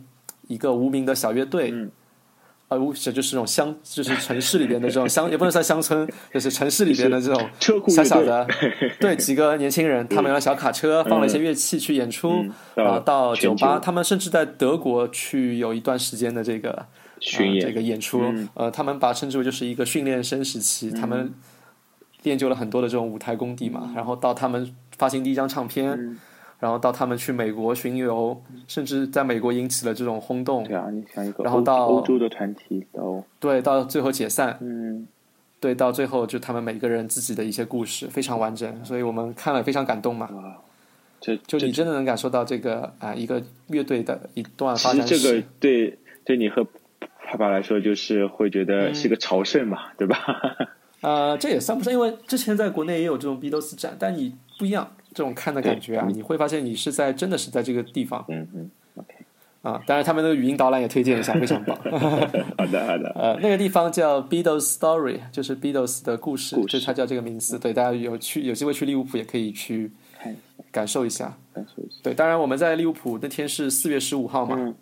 一个无名的小乐队，嗯呃，无这就是这种乡，就是城市里边的这种乡，也 [LAUGHS] 不能算乡村，就是城市里边的这种车库小乐小队的， [LAUGHS] 对几个年轻人，他们有辆小卡车，放了一些乐器去演出嗯，到然后到全酒球吧，他们甚至在德国去有一段时间的这个巡呃这演，嗯个演出，呃，他们把称之为就是一个训练生时期，他们练就了很多的这种舞台功底嗯嘛，然后到他们发行第一张唱片，然后到他们去美国巡游，甚至在美国引起了这种轰动，嗯对啊，你想一个然后欧到欧洲的团体到对，到最后解散，嗯，对，到最后就他们每个人自己的一些故事非常完整，所以我们看了非常感动嘛。这就这你真的能感受到这个啊、一个乐队的一段其发实展史。这个对对你和爸爸来说，就是会觉得嗯是个朝圣嘛，对吧？呃，这也算不上，因为之前在国内也有这种 Beatles 展，但你不一样，这种看的感觉啊，你会发现你是在真的是在这个地方嗯嗯，OK，啊。当然，他们那个语音导览也推荐一下，非常棒。 [LAUGHS] [LAUGHS] 好的好的，呃，那个地方叫 Beatles Story，就是 Beatles 的故事，故事就它叫这个名字。对，大家有去有机会去利物浦也可以去看一下感受一下。感受一下。对，当然我们在利物浦那天是四月十五号嘛，嗯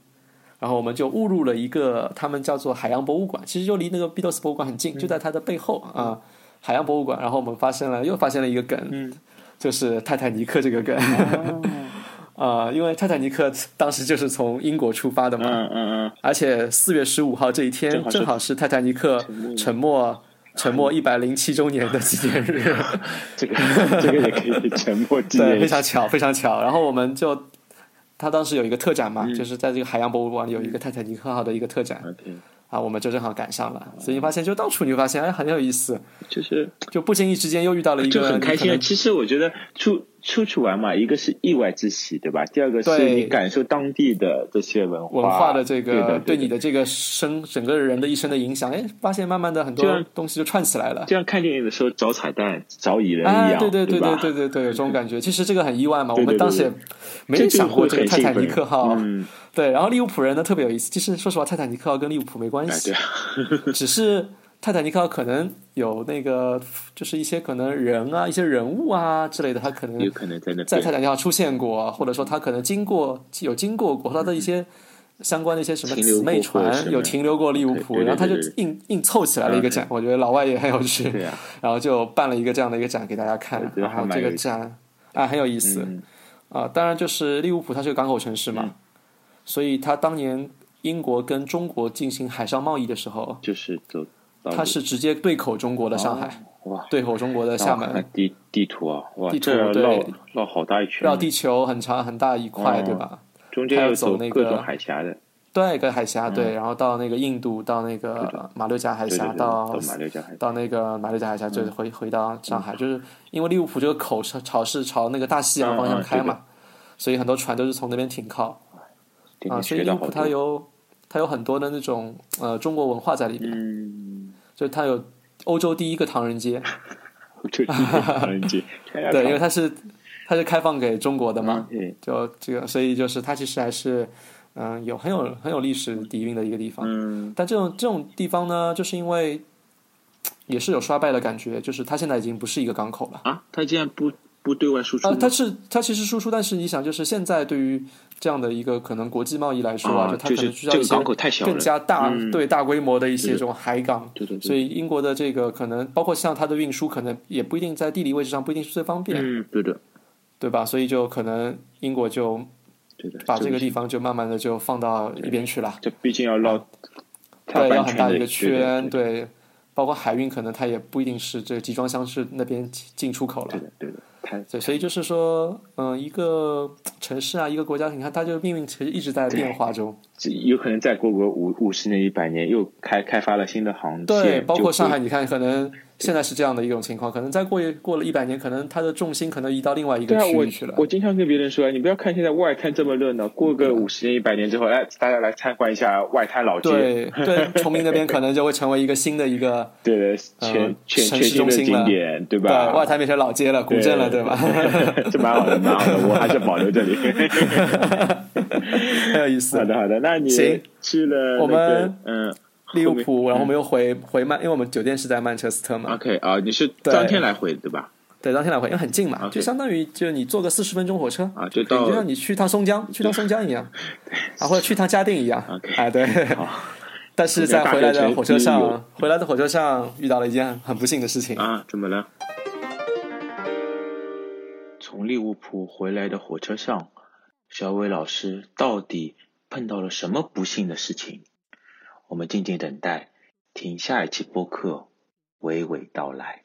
然后我们就误入了一个他们叫做海洋博物馆，其实就离那个毕斗斯博物馆很近，嗯就在它的背后啊、海洋博物馆。然后我们发现了，又发现了一个梗，嗯就是泰坦尼克这个梗。 [LAUGHS] 嗯哦啊，因为泰坦尼克当时就是从英国出发的嘛，嗯嗯而且四月十五号这一天正好是正好是泰坦尼克沉没沉没一百零七周年的纪念日，嗯，这个 [LAUGHS] 这个也可以沉默纪对，非念。常 [LAUGHS] 巧，非常巧。然后我们就，他当时有一个特展嗯嘛，就是在这个海洋博物馆有一个泰坦尼克号的一个特展 OK，啊，我们就正好赶上了，所以你发现就到处你会发现，哎，很有意思，就是就不经意之间又遇到了一个就很开心你可啊。能其实我觉得出出去玩嘛，一个是意外之喜，对吧？第二个是对你感受当地的这些文化文化的这对个的对你的这个生整个人的一生的影响，哎，发现慢慢的很就多像东西就串起来了。就像看电影的时候找彩蛋、找蚁人一啊，样，对对对吧？嗯对对对，有这种感觉。其实这个很意外嘛，对对我们当时也没有想过这个这泰就会很坦尼兴奋克号。嗯，对，然后利物浦人呢特别有意思，其实说实话，泰坦尼克号跟利物浦没关哎系 [LAUGHS] 对，啊，只是泰坦尼克号可能有那个就是一些可能人啊、一些人物啊之类的，他可有能可能在那在边泰坦尼克号出现过，啊或者说他可能经过有经过过，和他的一些。相关的一些什么停留姊妹过或者什船么有停留过利物浦，对对对然后他就对对硬硬凑起来了一个展，我觉得老外也很有趣。对啊，然后就办了一个这样的一个展给大家看我觉，得然还后蛮这有个意展啊很有意思嗯啊、当然就是利物浦它是个港口城市嘛，所以它当年英国跟中国进行海上贸易的时候，就是走到它是直接对口中国的上海，哦哇，对口中国的厦让我看门，看地地图啊，哇，地图这要绕对绕好大一圈，绕地球很长很大一块，哦对吧？中间还要要走走那各个种海峡的，对，一个海峡，对，然后到那个印度，到那个马六甲海嗯对对峡，对，到马六甲海峡，嗯到那个马六甲海峡，就是回回到上海，就是因为利物浦这个口是朝是朝那个大西洋方向嗯嗯开对嘛，所以很多船都是从那边停靠今啊，天所以学利到物好浦它多，有它有很多的那种呃中国文化在里面， [LAUGHS] 嗯，就是它有欧洲第一个唐人街，就地啊很 [LAUGHS] 近，啊对，嗯因为它是它是开放给中国的嘛，对，就这个，所以就是它其实还是嗯、有很有很有历史底蕴的一个地方。嗯，但这种这种地方呢，就是因为也是有衰败的感觉，就是它现在已经不是一个港口了。啊，他竟然不不对外输出啊，吗，它是它其实输出，但是你想，就是现在对于这样的一个可能国际贸易来说啊，就它就可是能需要这一个些港口太小了更，加大、嗯对大规模的一些这种海港，对对对，所以英国的这个可能包括像它的运输，可能也不一定在地理位置上不一定是最方便，嗯，对的，对吧？所以就可能英国就对的，把这个个地方就慢慢的就放到一边去了。这毕竟要绕大啊对，半要很大的一个对圈，的对，包括海运，可能它也不一定是这个集装箱是那边进出口对了。的，对的，它对，所以就是说，嗯、一个城市啊，一个国家，你看它就命运其实一直在变化中。这有可能再过个五五十年、一百年，又开开发了新的航线，对，包就括会上海，，你看，可能现在是这样的一种情况，可能再过一过了一百年，可能它的重心可能移到另外一对个啊，区我域去了。我经常跟别人说，你不要看现在外滩这么热闹，过个五十年、一百年之后，哎，大家来参观一下外滩老街，对对，崇明那边可能就会成为一个新的一个对的，全呃全城市全新中的心景了点，对对吧？外滩变成老街了、古镇了，对 [LAUGHS] 吧？这蛮好的，蛮好的，我还是保 [LAUGHS] 留这里。很有意思好。的，好的，那你行去了我那个们嗯利物后面浦，然后我们又回回曼，因为我们酒店是在曼彻斯特嘛， ，OK 啊，你是对当天来回对吧？对，当天来回，因为很近嘛， OK 就相当于就你坐个四十分钟火车啊可就以到就像你去趟松 [LAUGHS] 江，去趟松江一样，啊，或者去趟嘉定一样 OK，啊，对。 [LAUGHS] 但是在回来的火车上，回来的火车上遇到了一件很不幸的事情。啊，怎么了？从利物浦回来的火车上，小伟老师到底碰到了什么不幸的事情？我们静静等待，听下一期播客娓娓道来。